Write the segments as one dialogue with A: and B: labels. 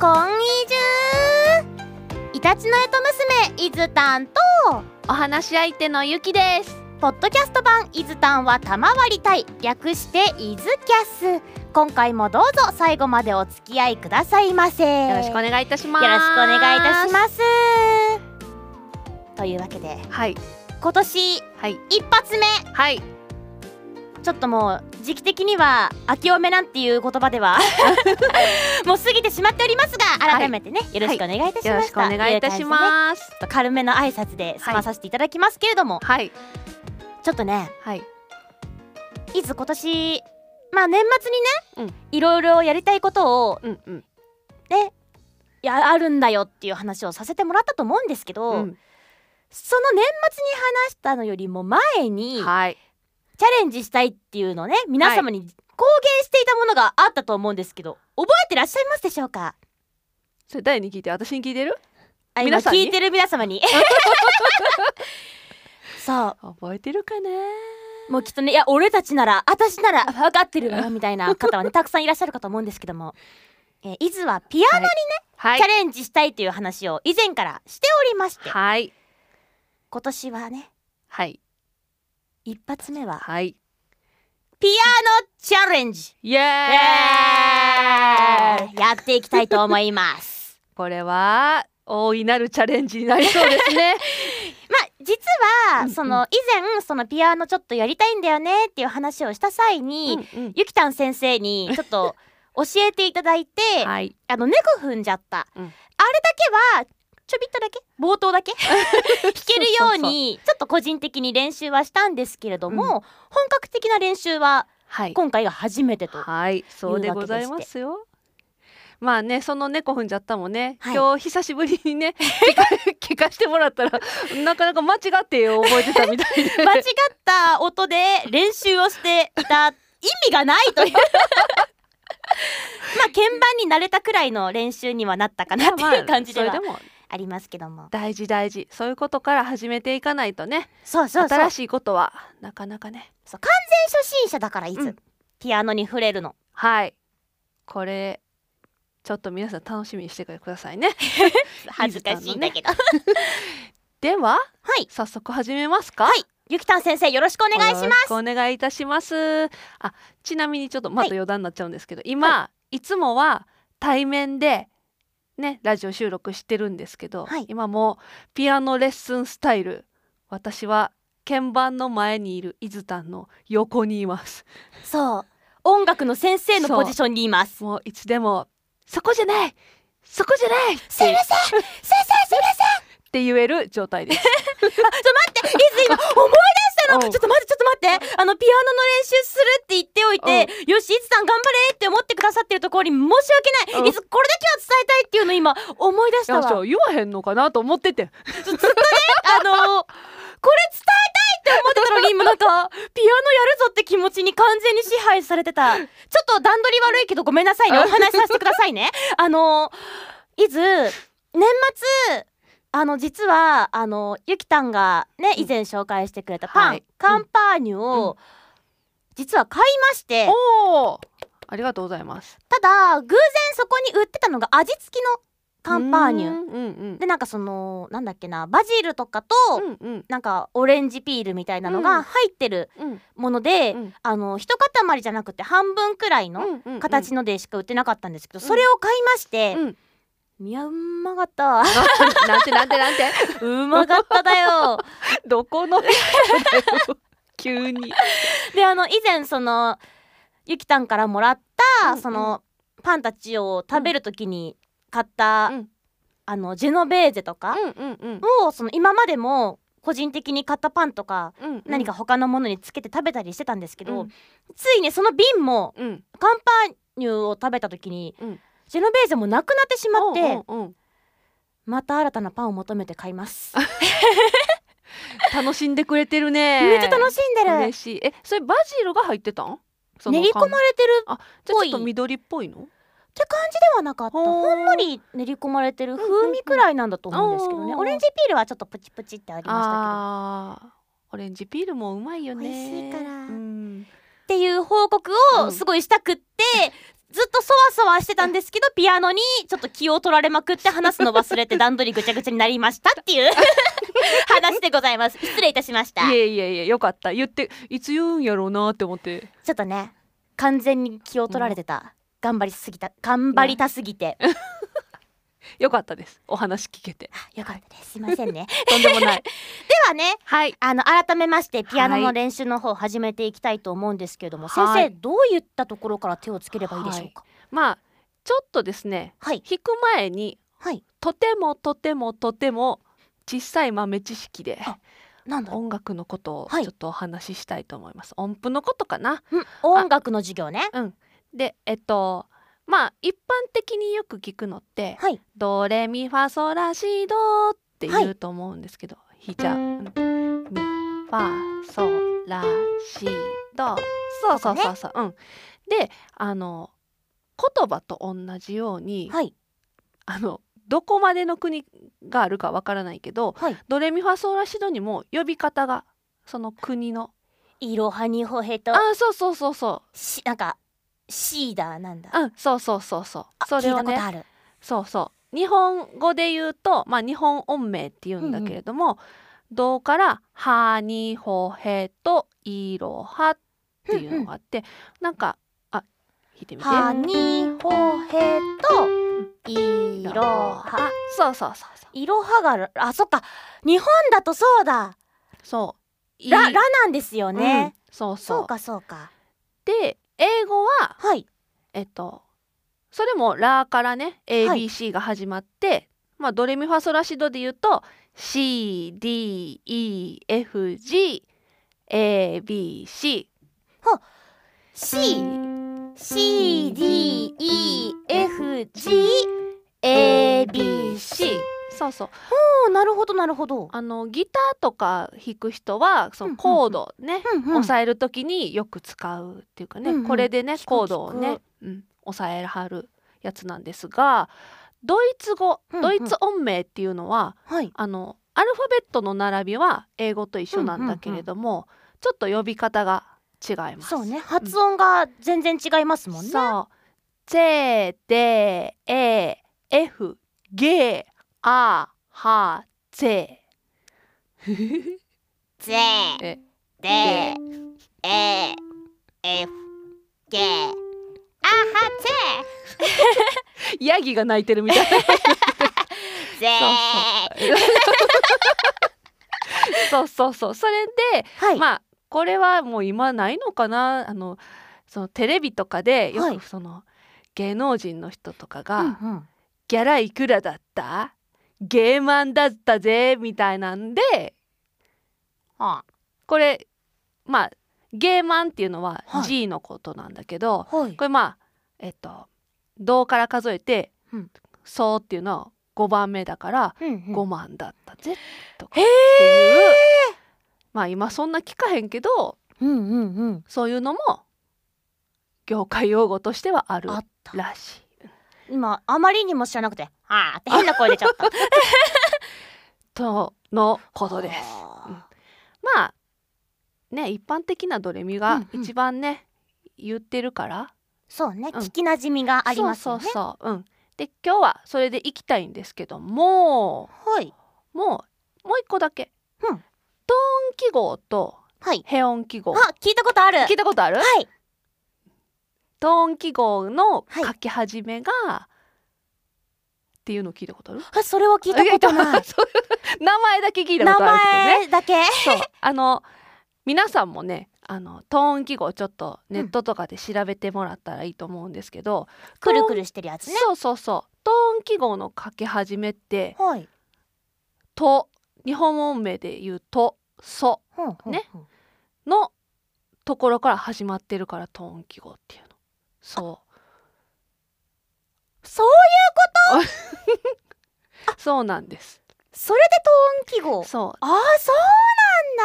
A: こんにちイタチのエト娘イズタンと
B: お話し相手のゆきです
A: ポッドキャスト版イズタンは賜りたい略してイズキャス今回もどうぞ最後までお付き合いくださいませ
B: よろしくお
A: よ
B: 願いいたし
A: ろ
B: ま
A: しく
B: す
A: お願いいたし
B: す
A: ますというわけで
B: はい
A: 今年一
B: はい
A: 発目
B: はい
A: ちょっともう時期的には「明けおめ」なんていう言葉 ではもう過ぎてしまっておりますが
B: はい
A: 改めてね、よろしくお願いいたし
B: よろ
A: ま
B: し
A: し
B: くお
A: た
B: 願いいたし
A: す
B: ます
A: ちょっと軽めの挨拶で済まさせていただきますけれども、
B: はい
A: ちょっとね
B: はい
A: いつ今年まあ年末にね、いろいろやりたいことを
B: うんうん
A: ねやあるんだよっていう話をさせてもらったと思うんですけど、
B: うん
A: その年末に話したのよりも前にチャ
B: はい
A: レンジしたいっていうのをね皆様に公言していたものがあったと思うんですけど覚えてらっしゃいますでしょうか
B: それ誰に聞いてる私に聞いてる
A: あ今
B: 皆さんに
A: 聞いてる皆様 に そう
B: 覚えてるかな
A: もうきっとねいや俺たちなら私なら分かってるわみたいな方 はねたくさんいらっしゃるかと思うんですけども、えー、伊豆はピアノに
B: は
A: チャレンジしたいという話を以前からしておりまして、
B: はい
A: 今年はね
B: はい
A: 一発目は
B: はい
A: ピアノチャレンジ、
B: イエーイ
A: やっていきたいと思います
B: これは大いなるチャレンジになりそうです ね
A: まあ実
B: うん
A: は
B: うん
A: その以前そのピアノちょっとやりたいんだよねっていう話をした際に、
B: うんうん
A: ゆきたん先生にちょっと教えていただい て、
B: はい
A: あの猫踏んじゃった、
B: う
A: あ
B: ん
A: れだけはちょびっとだけ冒頭だけ弾けるようにちょっと個人的に練習はしたんですけれども、
B: うん
A: 本格的な練習は
B: はい
A: 今回が初めてと、
B: はい、そうでございますよ。まあね、その猫踏んじゃったもね、
A: はい
B: 今日久しぶりにね、 聞か聞かしてもらったら、なかなか間違って覚えてたみたいで。
A: 間違った音で練習をしていた意味がないという まあ鍵盤に慣れたくらいの練習にはなったかなって
B: まあ
A: いう感じで
B: そ
A: は
B: れでも
A: ありますけども
B: 大事大事、そういうことから始めていかないとね、
A: そうそうそう
B: 新しいことはなかなかね。
A: そう完全初心者だからいつ、
B: うん
A: ピアノに触れるの
B: はい、これ。ちょっと皆さん楽しみにしてくださいね。
A: 恥ずかしいんだけど、
B: では、
A: はい
B: 早速始めますか。
A: はいゆきたん先生よろしくお願いしま
B: よろしくお願いいたします。あ、ちなみにちょっとまた
A: はい
B: 余談になっちゃうんですけど、今いつもは対面でねラジオ収録してるんですけど、
A: はい
B: 今もうピアノレッスンスタイル。私は鍵盤の前にいる伊豆丹の横にいます。
A: すそう音楽の先生のポジションにいます
B: もういつでもそこじゃない、そこじゃないっ
A: すいません先生すいません
B: て言える状態です。
A: ちょっと待っていつ今思い出した
B: お
A: の
B: う
A: ちょっと待ってちょっと待ってあのピアノの練習するって言っておいてよしいつさん頑張れって思ってくださってるところに申し訳な
B: うん
A: いいつこれだけは伝えたいっていうの今思い出し
B: い
A: た
B: や
A: わあ
B: そう言わへんのかなと思ってて。
A: のーこれ伝えたいって思ってたのに今なんかピアノやるぞって気持ちに完全に支配されてたちょっと段取り悪いけどごめんなさいねお話しさせてください ねあのーいず年末あの実はあのゆきたんがね
B: うん
A: 以前紹介してくれたパン、
B: はい
A: カンパーニュを、
B: う
A: 実は買いまして
B: おお、ありがとうございます。
A: ただ偶然そこに売ってたのが味付きのカンパーニ
B: う
A: ュ
B: んうん
A: でなんかそのなんだっけなバジルとかと、
B: うん。うんうん
A: なんかオレンジピールみたいなの
B: うん
A: が入ってる
B: うん
A: もので、
B: うん
A: あの一塊じゃなくて半分くらいの
B: うんうんうん
A: 形のでしか売ってなかったんですけど、
B: うん
A: それを買いまして、
B: うん
A: いやうまかった
B: なんてなんてなんて
A: うまかっただよ
B: どこの 急に
A: であの以前そのゆきたんからもらった、
B: うんうん
A: そのパンたちを食べるときに買った、
B: うん
A: あのジェノベーゼとか
B: うんうんうん
A: をその今までも個人的に買ったパンとか
B: うん
A: 何か他のものにつけて食べたりしてたんですけど、
B: うん
A: ついにその瓶も
B: うん
A: カンパーニュを食べた時に、
B: うん
A: ジェノベーゼもなくなってしまって、
B: うんうんうん
A: また新たなパンを求めて買い ます、
B: 楽しんでくれてるね
A: めっちゃ楽しんでる、
B: 嬉しいえそれバジルが入ってたんその
A: 練り込まれてるっ
B: あじゃあちょっと緑っぽいの
A: て感じではなかった
B: ほー
A: ほんのり練り込まれてる風味くらいなんだと思うんですけど
B: うんうん
A: ね
B: うん
A: オレンジピールはちょっとプチプチってありま
B: あーオレンジピールもうまいよね
A: 美味しいから
B: うん
A: したけどっていう報告
B: う
A: を
B: ん
A: すごいしたくって、ずっとそわそわしてたんですけどピアノにちょっと気を取られまくって話すの忘れて段取りぐちゃぐちゃになりましたっていう 話でございます失礼いたしました
B: い
A: ち
B: えいえいえよかった言っていつ言うんやろうなって思って
A: ょっとね完全に気を取られてた頑張りすぎた頑張りたすぎて
B: よかったですお話聞けて
A: あよかったですすいませんね
B: とんでもない
A: ではね
B: はい
A: あの改めましてピアノ
B: は
A: の
B: い
A: 練習の方始めていきたいと思うんですけれども、
B: はい
A: 先生どういったところから手をつければいいでしょうか
B: まあちょっとですね
A: はい
B: 弾く前に
A: はい、
B: とてもとてもとても小さい豆知識で
A: あなんだろう
B: 音楽のことをち
A: はい
B: ょっとお話ししたいと思います、音符のことかな
A: うん音楽の授業ね
B: でえっとまあ一般的によく聞くのって
A: はい
B: 「ドレミファソラシド」って言うと思うんですけど、ひじゃうんミファソラシドそうそうそうそう、うんであの言葉と同じように、
A: はい
B: あのどこまでの国があるかわからないけど
A: はい
B: ドレミファソラシドにも呼び方がその国の
A: イロハニホヘと
B: あそうそうそうそ
A: しなんかシーダーなんだ
B: ううんそうそうそうそう
A: あ
B: それを
A: 聞いたこと
B: ね
A: ある
B: そうそう日本語で言うとまあ日本音名って言うんだけれども「どうから「はにほへ」と「いろは」っていうのがあってなんかあ弾いてみて。
A: ハニホヘとイロハ
B: そうそうそうそう
A: イロハがあそっか日本だとそうだ
B: そうい
A: ララなんですよ
B: う
A: ね
B: ん、そうそう
A: そうかそうか
B: で英語は
A: はい
B: えっとそれも「ラ」からね ABC が始まって、まあドレミファソラシドで言うと CDEFGABC
A: C C D E F G A B C
B: そうそう
A: おーなるほどなるほど
B: あのギターとか弾く人はそ
A: うんうんうん
B: のコードね、
A: うんうん
B: 押さえる時によく使うっていうかね、
A: うんうん
B: これでね
A: 聞く
B: コードを
A: 聞
B: ね、うん、押さえはるやつなんですがドイツ語
A: うんうん
B: ドイツ音名っていうのは、
A: はい
B: あのアルファベットの並びは英語と一緒なんだけれども、ちょっと呼び方が違います。
A: そうね発音が全然違いますもんね
B: そう。J D A F G A H Z。
A: ぜ
B: え
A: でえ F G あは
B: ヤギが鳴いてるみたいな。
A: てぜ
B: そうそうそう。それで、
A: はい
B: まあこれはもう今ないのかな。あのそのテレビとかで
A: は
B: よ
A: い
B: くその、芸能人の人とかが。
A: うんうん
B: ギャラいくらだったゲーマンだったぜみたいなんで
A: は
B: これまあゲーマンっていうのは
A: はい
B: G のことなんだけど、
A: あはい
B: これまあえっと「ど」から数えて
A: うん
B: 「そう」っていうのは5番目だから
A: うん
B: 「
A: うん
B: 5万だったぜ」とか
A: へ
B: っ
A: え
B: ていう、まあ今そんな聞かへんけど
A: うんうんうん
B: そういうのも業界用語としてはある
A: あった
B: らしい。
A: 今あまりにも知らなくてあーって変な声出ちゃ った
B: とのことです。
A: あー
B: まあね一般的なドレミ
A: う
B: が
A: んうん
B: 一番ね、言ってるから
A: そうね
B: うん
A: 聞きなじみがありますよね
B: そうそうそううんで今日はそれでいきたいんですけども
A: はい
B: もうもう一個だけ、
A: うん
B: トーン記号と
A: はい
B: ヘ音記号
A: あ聞いたことある
B: 聞いたことある
A: はい
B: トーン記号の
A: はい
B: 書き始めが、っていうの聞いたことある
A: あそれは聞いたことない
B: そういう名前だけ聞いた
A: 名
B: ことあるけどね
A: 前だけ
B: そうあの皆さんもねあのトーン記号ちょっとネットとかで調べてもらったらいいと思うんですけど、
A: くるく
B: る
A: るしてるやつね
B: そうそうそうトーン記号の書き始めって
A: はい
B: 「と」日本音名で言う「と」「そ
A: ほんほん
B: ね
A: ほん」
B: のところから始まってるからトーン記号っていうの。そう
A: そう
B: そうなんです。
A: それでトーン記号
B: そう
A: ああそう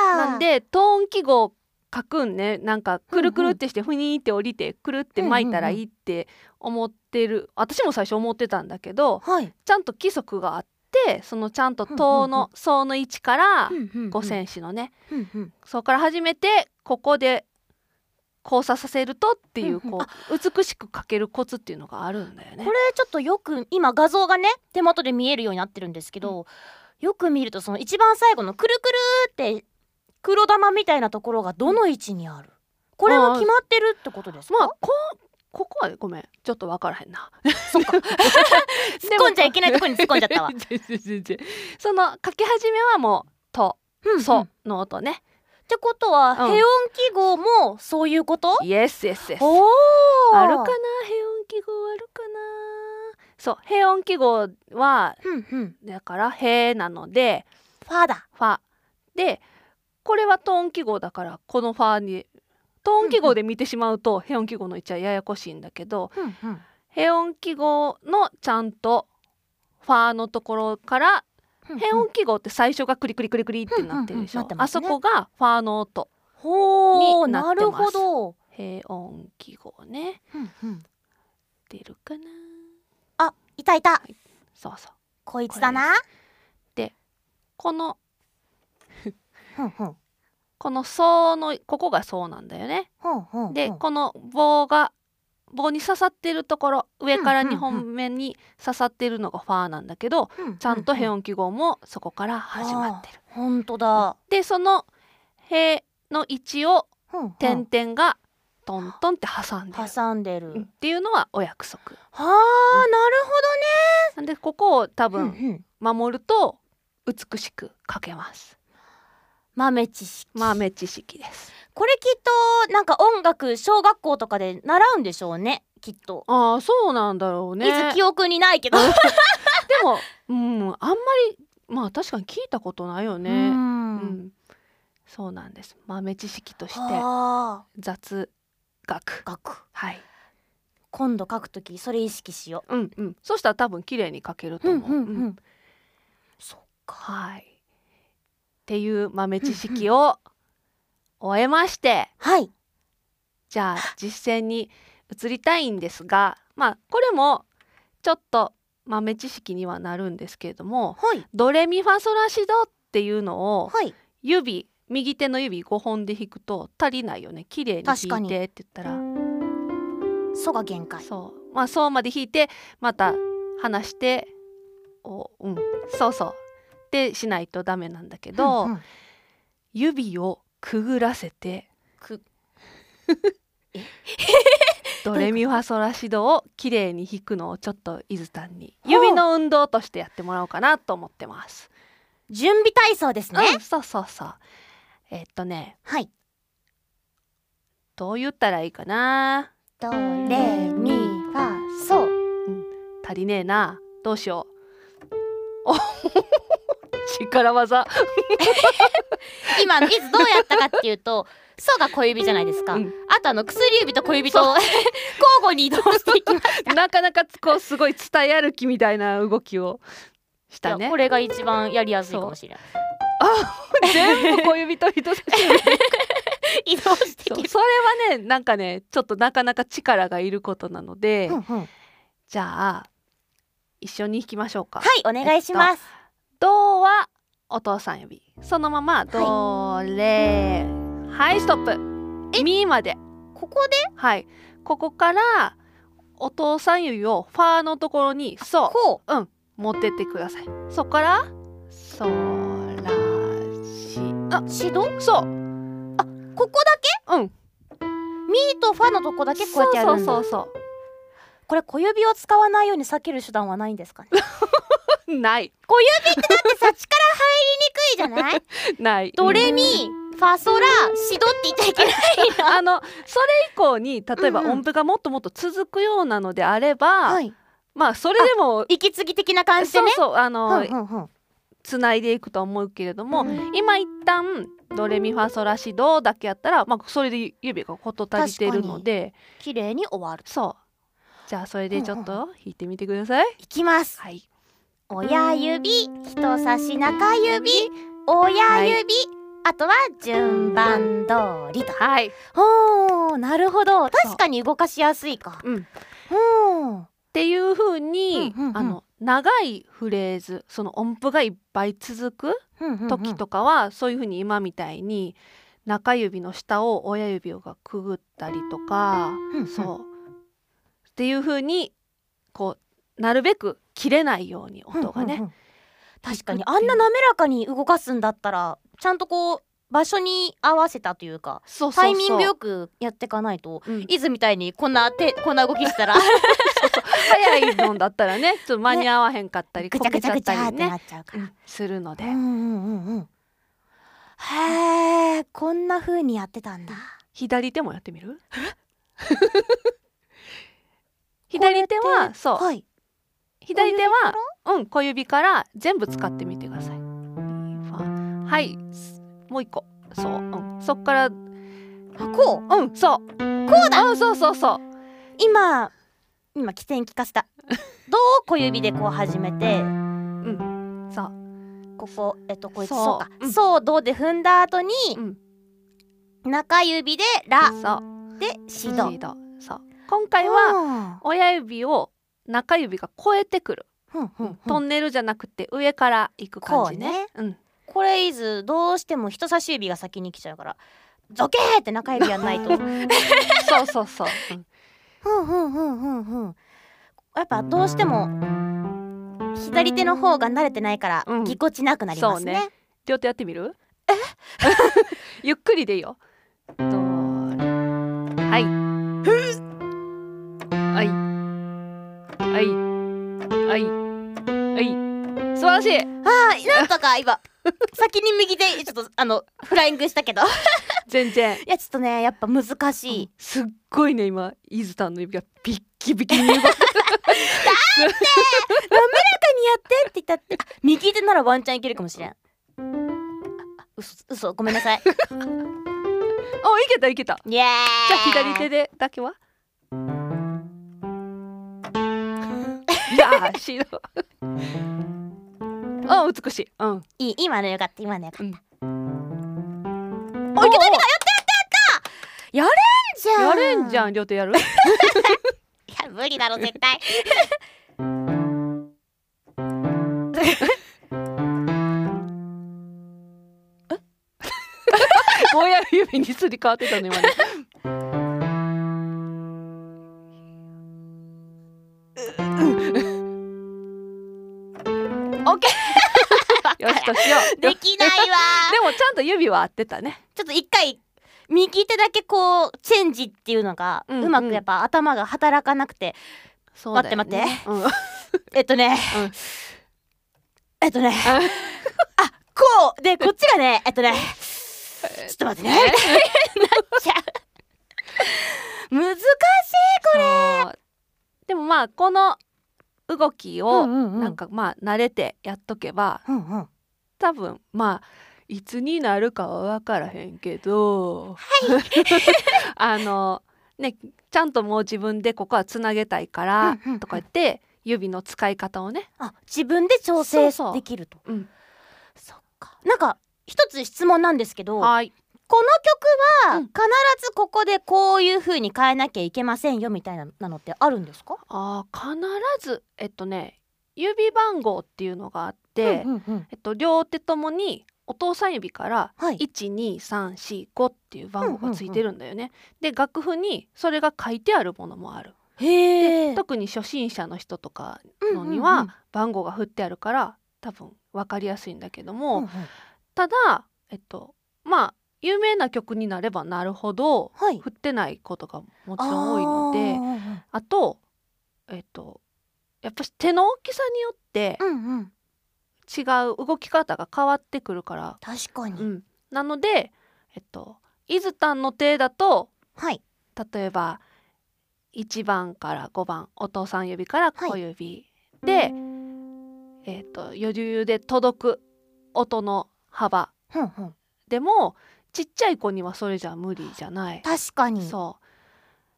A: なんだ
B: なんでトーン記号書くんねなんかくるくるってしてふにーって降りてくるって巻いたらいいって思ってる私も最初思ってたんだけど
A: はい
B: ちゃんと規則があってそのちゃんと「等
A: うんうんうん
B: の「層の位置から
A: 五
B: 五線紙のね
A: うんうん
B: そこから始めてここで交差させるとっていう
A: うんうん
B: こう美しく書けるコツっていうのがあるんだよね
A: こ。れちょっとよく今画像がね手元で見えるようになってるんですけど、よく見るとその一番最後のくるくるって黒玉みたいなところがどの位置にあるこれは決まってるってことですか、
B: まあこここはねごめんちょっと分からへんな。。
A: 突っ込んじゃいけないところに突っ込んじゃったわ
B: 全然全然その書き始めはもう「と」
A: う
B: 「
A: ん
B: そ」
A: っ
B: の音ね。
A: てことは、
B: ん
A: 平音記号もそういうこと
B: イエスイエスイエス。
A: おー
B: あるかな平音記号あるかなそう平音記号は
A: うんうん
B: だから「へ」なので「
A: ファだ
B: ファでこれはトーン記号だからこのファにトーン記号で見てしまうと平音記号の位置はややこしいんだけど
A: うんうん
B: 平音記号のちゃんとファのところから平音記号って最初がクリクリクリクリってなってるでし
A: うんうんうんなっ
B: ょ
A: て
B: あ
A: ます
B: そ
A: ね
B: こがファの音
A: ほー
B: にな
A: な
B: って
A: る
B: ます
A: ほど、
B: 平音記号ね
A: うんうん、
B: 出るかな
A: あいたいた
B: そうそう
A: こいつだな
B: この
A: ほんほん
B: この「そう」のここが「そう」なんだよね
A: ほんほん
B: で
A: ほん
B: この棒が棒に刺さってるところ上から
A: うんうんうん
B: 2本目に刺さってるのがファーなんだけど
A: うう
B: ちゃんと平
A: 音
B: 音記号もそこから始まってる。
A: ほんとだ
B: でその「へ」の位置を
A: ほんほん
B: 点々がトントンって挟んでる
A: 挟んでる、
B: うんっていうのはお約束。
A: はあなる
B: なんでここを多
A: ほど、う
B: 分
A: んうん
B: 守ると美しく書けます。
A: 豆知識
B: 豆知識です。
A: これきっとなんか音楽小学校とかで習うんでしょうねきっと、
B: ああそうなんだろう
A: いつ記憶にないけど、
B: でも、うん、あんまりまあ確かに聞いたことないよね。
A: うん
B: うん、そうなんです豆知識として
A: はあ
B: 雑学
A: 学
B: はい
A: 今度書くときそれ意識しよ
B: うんうんそうしたら多分綺麗に書ける
A: う
B: と思う、うん
A: んそっか
B: はいっていう豆知識を終えまして
A: はい
B: じゃあ実践に移りたいんですがまあこれもちょっと豆知識にはなるんですけれども
A: はい
B: ドレミファソラシドっていうのを
A: はい
B: 指右手の指5本で弾くと足りないよね綺麗に弾い
A: 確かに
B: てって言ったら
A: そが限界
B: そうまあそうまで弾いてまた話しておうんそうそうってしないとダメなんだけど、
A: うんうん
B: 指をくぐらせて
A: く
B: ドレミファソラシドを綺麗に弾くのをちょっと伊豆さんに
A: ほう
B: 指の運動としてやってもらおうかなと思ってます。
A: 準備体操ですね、
B: うん、そうそうそう。えっとね
A: はい
B: どう言ったらいいかな
A: ドレミファソ
B: 足りねえなどうしよう。 お力技
A: 今のいつどうやったかっていうと「ソ」が小指じゃないですか、
B: うん
A: あとあの薬指と小指と交互に移動していきまし
B: なかなかこうすごい伝え歩きみたいな動きをした
A: た、
B: ね
A: こ。れが一番やりやすいかもしれない
B: 全部小指と人差し指
A: 移動してい
B: そう
A: き
B: それはねなんかねちょっとなかなか力がいることなので、
A: うんうん
B: じゃあ一緒に弾きましょうか。
A: はいお願いします、
B: ドはお父さん呼びそのままドレはいストップミまで
A: ここで
B: はいここからお父さん指をファーのところにそう
A: こう
B: 持ってってくださいそこからソラシあ
A: 指導
B: そう
A: ここだけ
B: うん
A: ミーとファのとこだけこうやってやるんだ
B: そうそうそう
A: これ小指を使わないように避ける手段はないんですかね
B: そうない
A: 小指ってだってさ力入りにくいじゃない
B: ない
A: ドレミファソラシドって言っちゃいけないな
B: あのそれ以降に例えば
A: うんうん
B: 音符がもっともっと続くようなのであれば、
A: はい
B: まあそれでも
A: 息継ぎ的な感じで
B: そう
A: ね
B: そうあ
A: うんう
B: の、
A: んうん
B: つないでいくと思うけれども、
A: うん
B: 今一旦ドレミファソラシドだけやったら、まあ、それで指がこと足りてるので
A: 綺麗に終わる
B: そうじゃあそれでちょっと弾いてみてください。
A: いきます
B: はい
A: 親指人差し中指親指、あとは順番通りと
B: はい、
A: おーなるほど
B: そう
A: 確かに動かしやすいか
B: うん、っ
A: うん
B: ていうふうに、
A: うんうんうん
B: あの長いフレーズその音符がいっぱい続く
A: うんうんうん
B: 時とかは、そういうふうに今みたいに中指の下を親指がくぐったりとか、
A: うん
B: そうっていう風にこうなるべく切れないように音がね、
A: うんうんうん確かにあんな滑らかに動かすんだったらちゃんとこう場所に合わせたというか
B: そうそうそう
A: タイミングよくやっていかないと
B: うん
A: いずみたいにこんな手こんな動きした ら
B: 早いのだったらねちょっと間に合わへんかったり、
A: ぐち
B: こ
A: ゃぐ
B: けち
A: ちゃ
B: ゃっ
A: ぐちゃ
B: た
A: っ
B: り
A: て
B: ね
A: なっちゃうから。
B: うんするので、
A: うんうんうんうんへえこんな風にやってたんだ
B: 左手もやってみる 左手はそう、
A: はい
B: 左手はうん小指から全部使ってみてください。はいすもう一個そう、うん、そっからう
A: あこうん
B: そうこうだうんそうそうそう
A: 今今起点聞かせたどう小指でこう始めて
B: うんそう
A: ここえっとこれ
B: そ
A: そううか
B: うん
A: そうどうで踏んだ後に
B: うん
A: 中指でラ
B: そう
A: でシド
B: シドそう今回は親指を中指が超えてくる、
A: うんうんうん
B: トンネルじゃなくて上から行く感じねう
A: これいずどうしても人差し指が先に来ちゃうからゾケーって中指やんないとうん
B: んそうそうそう、う
A: う
B: ん
A: んうんうんうんやっぱどうしても左手の方が慣れてないから
B: うん
A: ぎこちなくなります
B: そう
A: ね
B: ね両手やってみるえ ゆっくりでいいよどれはいはいはいはいはい素晴らしい
A: あーなんとか今 先に右手ちょっとあのフライングしたけど い
B: 全然
A: やちょっとねやっぱ難しい
B: すっごいね今イズタンの指がビッキビキに動く
A: 手って言ったってあ右手ならワンチャンいけるかもしれんああ嘘嘘ごめんな さい
B: おいけたいけた
A: イエーイじゃ
B: じゃあ左手でだけはいやー白あ美しいうん
A: いい今のよかった今のよかった、
B: うん
A: おいけたいけたやったやったやった
B: や
A: や
B: れ
A: れ
B: ん
A: ん
B: じ
A: じゃん
B: ゃん両手やる
A: いや無理だろ絶対
B: 親指にすり替わってたの今ね
A: オッケ
B: よしとしよう
A: ー できないわ
B: でもちゃんと指は合ってたね
A: ちょっと一回右手だけこうチェンジっていうのが、
B: う
A: うん
B: うん
A: まくやっぱ頭が働かなくて
B: そう
A: だよね
B: うん、
A: えっとね、
B: うん
A: えっとね あこうでこっちがねえっとねちょっと待ってねなっちゃう 難しい
B: これでもまあこの動きを
A: ん
B: なんかまあ慣れてやっとけば
A: うんうん
B: 多分まあいつになるかは分からへんけど、 あのねちゃんともう自分でここはつなげたいか
A: う
B: ら
A: んうんうん
B: とか言って指の使い方をね
A: あ自分で調整
B: そうそう
A: できると
B: うん
A: そっかなんか一つ質問なんですけどこの
B: はい
A: 曲は
B: うん
A: 必ずここでこういう風に変えなきゃいけませんよみたいななのってあるんですか
B: あー必ずえっとね指番号っていうのがあって、
A: うんうんうん
B: えっと、両手ともにお父さん指から
A: はい
B: 12345っていう番号がついてるんだよね。で楽譜にそれが書いてあるものもある。
A: へえ
B: 特に初心者の人とかのには番号が振ってあるから多分分かりやすいんだけども、ただえっとまあ有名な曲になればなるほど
A: はい
B: 振ってないことがもちろん多いので。あと、えっと、やっぱし手の大きさによって
A: でうんうん
B: 違う動き方が変わってくるから、
A: 確か
B: う
A: に
B: ん、なので、えっと、伊豆丹の手だと
A: はい
B: 例えば1番から5番お父さん指から小指、で、えっと、余裕で届く音の幅
A: うんうん
B: でもちっちゃい子にはそれじゃ無理じゃない。
A: 確かに
B: そう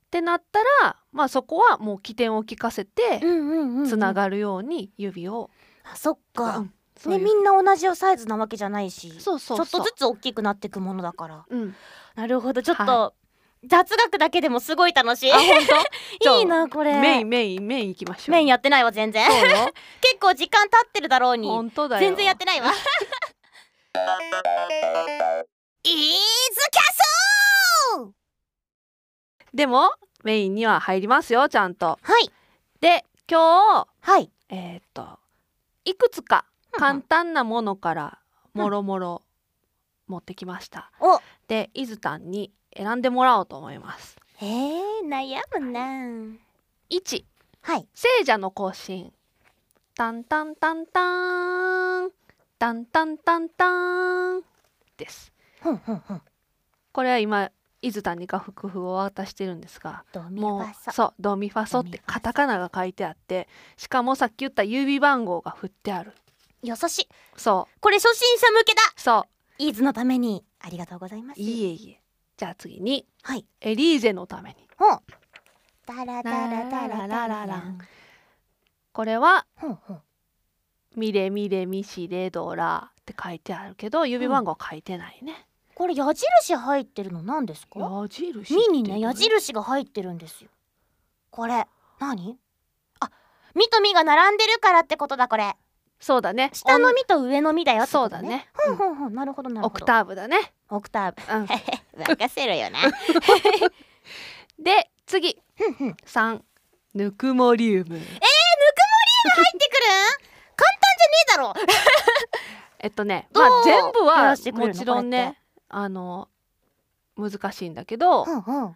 B: ってなったら、まあ、そこはもう起点を聞かせて
A: うんうんうんうん
B: つながるように指を、
A: あそっ
B: う
A: か
B: んそうい
A: ね
B: う
A: みんな同じサイズなわけじゃないしちょ
B: そうそう
A: っ
B: そう
A: とずつ大きくなっていくものだから
B: うん、
A: なるほどちょっ
B: は
A: と雑学だけでもすごい楽しい
B: あ本当
A: いいなこれ
B: メインメインメイン行きましょう
A: メインやってないわ全然
B: そうよ
A: 結構時間経ってるだろうに
B: 本当だよ
A: 全然やってないわイーズキャ
B: でもメインには入りますよちゃんと。
A: はい
B: で今日
A: はい
B: えーっといくつか簡単なものから
A: うん
B: もろもろ持ってきました。
A: お
B: で伊豆たんに選んでもらおうと思います。
A: えー、悩むな
B: 1
A: はい
B: 聖者の行進タンタンタンターンタンタンタンターンです。
A: ふんふんふん
B: これは今伊豆谷が福譜を渡してるんですが
A: ドミフ
B: も
A: ァ
B: う
A: ソ
B: そうドミファソっ
A: ドミ
B: て
A: ファソ
B: カタカナが書いてあってしかもさっき言った郵便番号が振ってある
A: 優しい
B: そ
A: これ初心者向けだ
B: うそ
A: イーズのためにありがとうございま
B: う
A: す
B: いえいえじゃあ次に
A: はい
B: エリーゼのために
A: ほうダラダラダラダ
B: ララ
A: ラ
B: ラ
A: ラ
B: ラこれは
A: ほうほう
B: 「ミレミレミシレドラ」って書いてあるけど郵便番号は書いてないね、
A: これ矢印入ってるの何ですか
B: 矢印
A: ミにね矢
B: って
A: 印が入ってるんですよこれ何あミとミが並んでるからってことだこれ
B: そうだね
A: 下のミと上のミだよってこと
B: そうだね
A: ほんほんほんなるほどなる
B: オ
A: ほ
B: ク
A: ど
B: ターブだね、
A: オク ターブ
B: うん
A: 任せろよな
B: で次
A: ふんふん入って
B: 3ぬくもリウム
A: くる簡単じゃねえだろ
B: えっとね、
A: ど
B: ま
A: う
B: あ、全部
A: や
B: は
A: らせてくれる
B: も
A: の
B: ちろん
A: これっ
B: ねあの難しいんだけど、
A: うんうん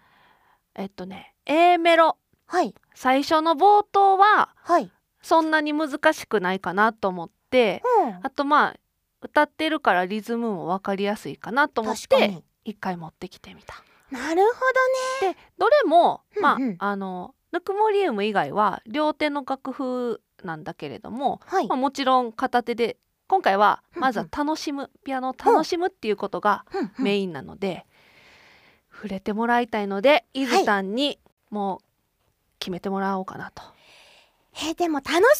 B: えっとね A メロ
A: はい
B: 最初の冒頭は
A: はい
B: そんなに難しくないかなと思って
A: うん
B: あとまあ歌ってるからリズムも分かりやすいかなと思っ
A: 確か
B: て
A: に
B: 一回持ってきてみた。
A: なるほどね
B: でどれも、まあ
A: うんうん
B: あのぬくもりウム以外は両手の楽譜なんだけれども、
A: はい
B: まあ、もちろん片手で今回は
A: うんうん
B: まずは楽しむ、ピアノを楽しむっていうことが
A: うんうん
B: メインなので、触れてもらいたいので伊豆さんにもう決めてもらおうかなと、
A: えーでも楽しむだっ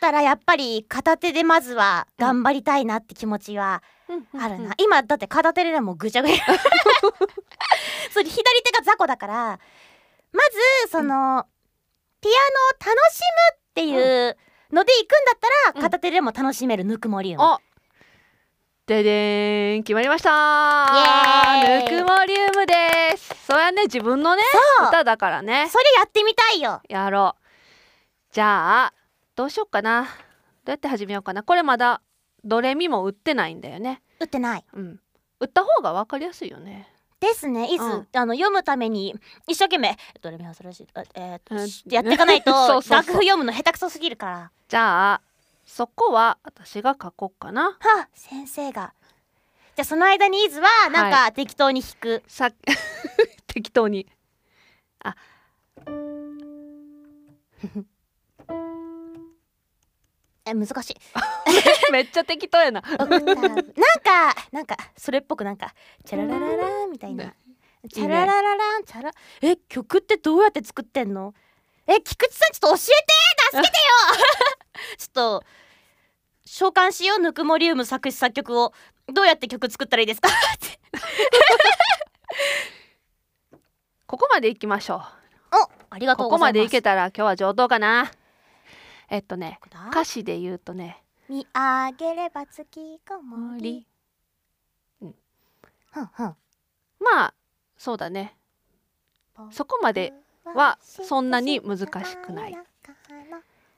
A: たらやっぱり片手でまずは頑張りたいなって気持ちはあるな、今だって片手でもうぐちゃぐち ゃそれ左手が雑魚だからまずその、ピアノを楽しむっていうので行くんだった
B: うん
A: ら片手でも楽しめるぬくもりを、
B: おででーん決まりました
A: イエー
B: ぬ
A: イ
B: くもリウムですそうやね自分のね
A: そう
B: 歌だからね
A: それやってみたいよ
B: やろうじゃあどうしようかなどうやって始めようかなこれまだドレミも売ってないんだよね
A: 打ってない
B: うん売った方がわかりやすいよね
A: ですねいず、
B: うん
A: あの読むために一生懸命どれも恐ろしいあえー
B: うん
A: しやっていかないと
B: そうそうそ
A: 楽
B: う
A: 譜読むの下手くそすぎるから
B: じゃあそこは私が書こうかな
A: はあ先生がじゃあその間にイズはなんか適当に弾く、
B: さ 適当に あ
A: え難しい
B: めっちゃ適当やな
A: オクターブなんかなんかそれっぽくなんかチャララララーンみたいな、
B: ね
A: チャララララーンチャラえ曲ってどうやって作ってんのえ菊池さんちょっと教えて助 けてよちょっと召喚しようぬくもりウム作詞作曲をどうやって曲作ったらいいですかって
B: ここまで行きましょ
A: おあり
B: う
A: がと
B: こ
A: うご
B: こ
A: ざいます
B: まで行けたら今日は上等かなえっとね
A: ここだ
B: 歌詞で言うとね
A: 見上げれば月が
B: 「
A: もり
B: 森」
A: ふんふん
B: まあそうだねそこまではそんなに難しくない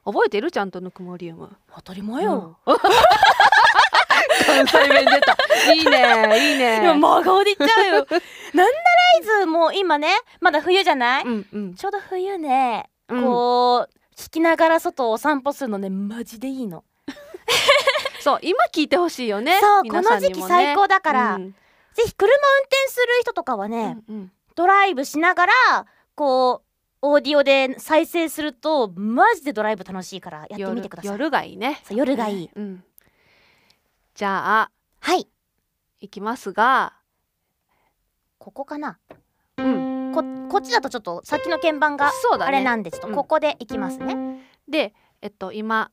B: 覚えてるちゃんとぬくもりウム
A: 当たり前
B: うん関西弁出たいいねいいね
A: いや真顔で言っちゃうよなんならいずもう今ねまだ冬じゃない、
B: うんうん
A: ちょうど冬ね
B: うん
A: こう、聞きながら外をお散歩するのねマジでいいの、
B: そう今聞いてほしいよね
A: そう
B: 皆さんにもね
A: この時期最高だから
B: うん
A: ぜひ車運転する人とかはね、
B: うんうん
A: ドライブしながらこうオーディオで再生するとマジでドライブ楽しいからやってみてください
B: 夜夜がいいね
A: そう夜がいい、
B: うん、じゃあ
A: はい
B: いきますが、
A: ここかな
B: うん、
A: ここっちだとちょっと先の鍵盤が
B: そうだ
A: あ
B: ね
A: れなんでちょっと
B: うん
A: ここでいきますね、
B: でえっと今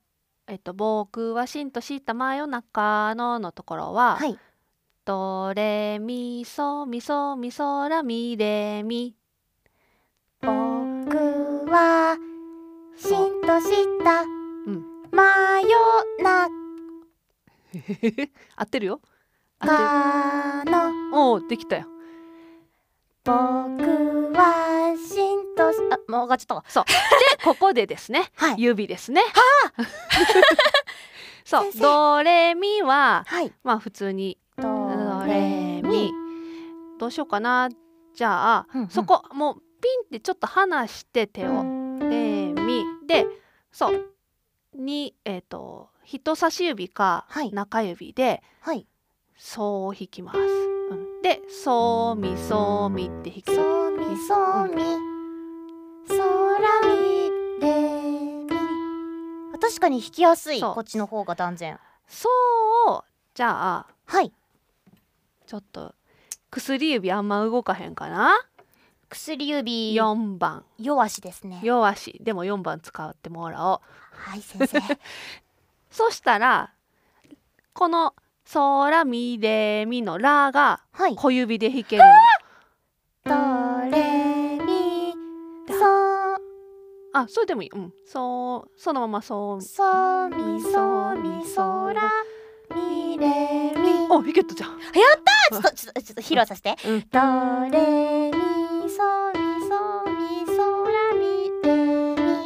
B: えっと「僕はしんとした真夜中の」のところは「
A: はい
B: ドレミソミソミソラミレ ミ
A: 僕はしんとした
B: ん
A: 真夜」
B: 合ってるよ合ってる
A: 中の
B: おおできたよ
A: 僕はしすあ曲がっちゃったわ
B: そう。で、ここでですね、
A: はい
B: 指ですね。 そう、
A: 先生
B: ドレミは、
A: はい
B: まあ普通に、ド
A: ド
B: レミ。どうしようかな。じゃあ、
A: うんうん
B: そこ、もうピンってちょっと離して手を。レミ。で、そう。に、えっ、と、人差し指か
A: はい
B: 中指で、
A: はい
B: そう弾きます。うん、で、そうみそうみって弾く。
A: そうみそうみそらみれみ確かに弾きやすい
B: そう
A: こっちの方が断然
B: そうを、じゃあ、
A: はい
B: ちょっと薬指あんま動かへんかな
A: 薬指
B: 4番
A: 弱しですね
B: 両足でも4番使ってもらおう
A: はい先 生
B: そしたらこの「ソラミレミ」の「ラ」が
A: はい
B: 小指で弾ける
A: ドレミ
B: だ
A: ソ
B: あそれでもいいうんそうそのままそう
A: ソミソミソラミレミ
B: お弾けたじゃん
A: ちょっとちょっとちょっと披露させて。
B: うん
A: ドレミソミソミソラミレミ。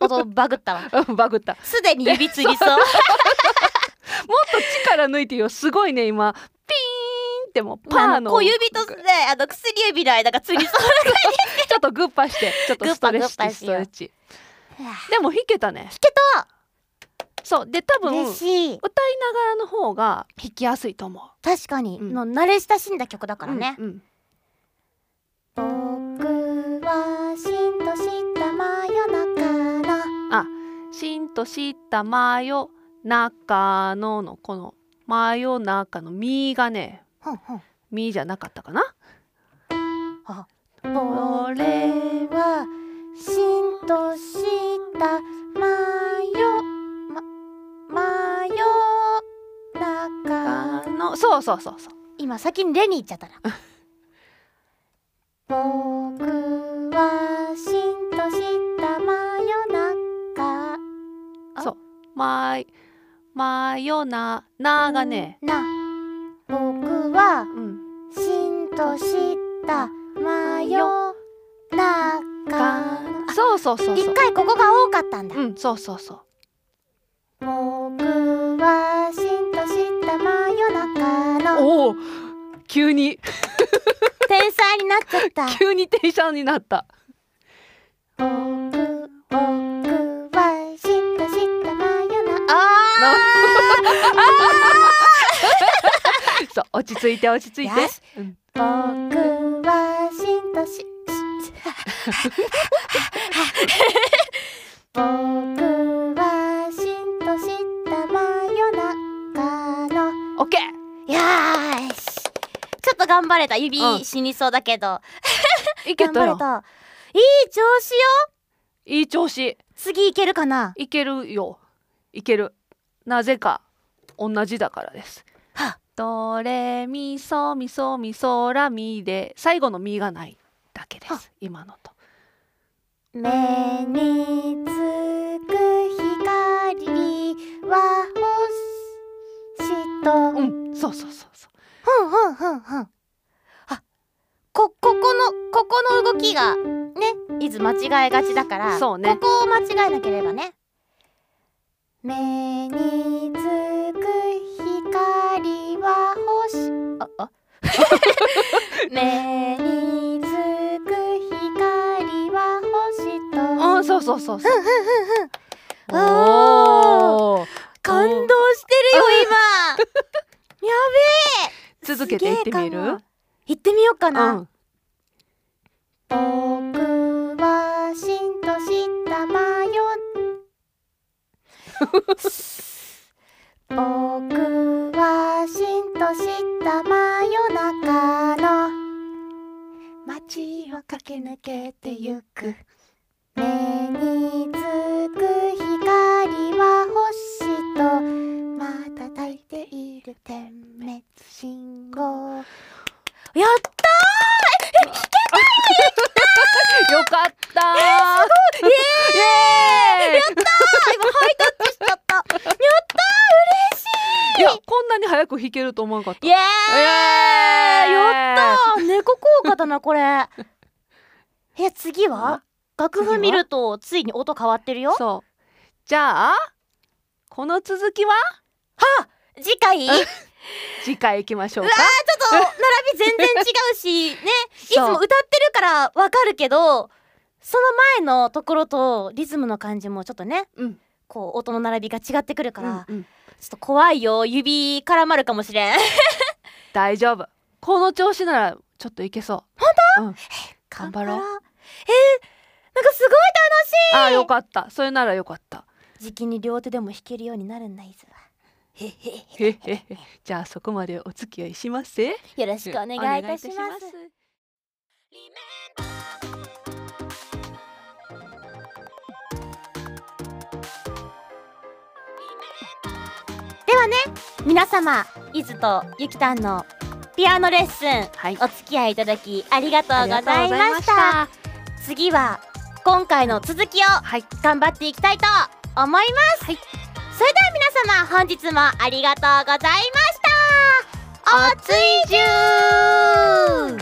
A: 音バグったわ。
B: うんバグったもっ
A: すでに指つり そう。
B: と力抜いてよすごいね今ピーンってもうパー
A: あの
B: の
A: 小指とねあの薬指の間がつりそう。
B: ちょっとグッパしてちょっとストレッチス
A: グッパグッパし
B: ト
A: よ
B: レ
A: う
B: ッチでも弾けたね弾
A: け
B: たそうで多分
A: 嬉しい。
B: 歌いながらの方が弾きやすいと思う
A: 確かに、
B: うん
A: もう慣れ親しんだ曲だからね。
B: うんうん
A: 僕はしんとした真夜中の。
B: しんとした真夜中ののこの真夜中の「み」がね
A: ほんほん。
B: 「み」じゃなかったかな
A: あ、俺はしんとしたまよままよ
B: あ
A: 中
B: のそうそうそうそう
A: 今先にレに行っちゃった ら僕はしんとしたまよ中あ
B: そう「ま」「真夜な」「な」がね
A: な僕は
B: うん
A: しんとしたまよ中のあ
B: そうそうそうそ
A: 一
B: う
A: 回ここが多かったんだ
B: うんそうそうそう
A: 僕はしんとした真夜中の
B: おお急に
A: 天才になっちゃった
B: 急にテンションになった
A: 僕僕はしんとした真夜中あ
B: そう落ち着いて落ち着い
A: よ
B: て
A: し
B: うん
A: ー僕はしんとしし僕はしんとした真夜中の
B: オッケー
A: よーしちょっと頑張れた指
B: うん
A: 死にそうだけど、
B: いけ
A: 頑張
B: た
A: れ
B: よ
A: たいい調子よ
B: いい調子
A: 次いけるかない
B: けるよ。いける。なぜか同じだからです
A: は。
B: ドレミソミソミソラミで最後のミがないだけで
A: は
B: す。今のと。
A: 目につく光は星と
B: う
A: ふん
B: ん、そうそうそうそう。
A: ふんふんふんあこここのここの動きがねいつ間違えがちだから
B: そうね
A: ここを間違えなければね目につく光は星あ あ目につく光は星と
B: うん、そうそうそうそう。
A: ふんあ
B: おー
A: 感動してるよ 今やべえ
B: 続けていって
A: す
B: みる
A: げえかも行ってみようかな、
B: うん。
A: 僕はしんとしたまよ僕はしんとした真夜中の街を駆け抜けてゆく目につく光は星と瞬いている点滅信号やった
B: よかったー。イエーイ。
A: 今ハイタッチしちゃった。
B: いや、こんなに早く弾けると思わなかった。
A: イエーイ
B: イエーイ
A: やったー猫効果だなこれ。 え次は楽譜見るとついに音変わってるよは
B: そうじゃあこの続きは
A: あ次回ちょっ
B: 次回行きましょうか
A: と並び全然 違うしねいつも歌ってるからわかるけどその前のところとリズムの感じもちょっとね
B: うん
A: こう音の並びが違ってくるから、
B: うんうん
A: ちょっと怖いよ指絡まるかもし れん
B: 大丈夫この調子ならちょっといけそう本当、うん、頑張ろう
A: うえー、なんかすごい
B: あーよかったそれならよかった
A: じきに両手でも弾けるようになるんだ伊豆はへへへ
B: へへへじゃあそこまでお付き合いしますよ
A: よろしくお願いいたしますではね皆様伊豆とゆきたんのピアノレッスン
B: はい
A: お付き合いいただきありがとうございま
B: ありがとうござい
A: した次は今回の続きを
B: はい
A: 頑張っていきたいと思います、
B: はい
A: それでは皆様本日もありがとうございましたおついじゅー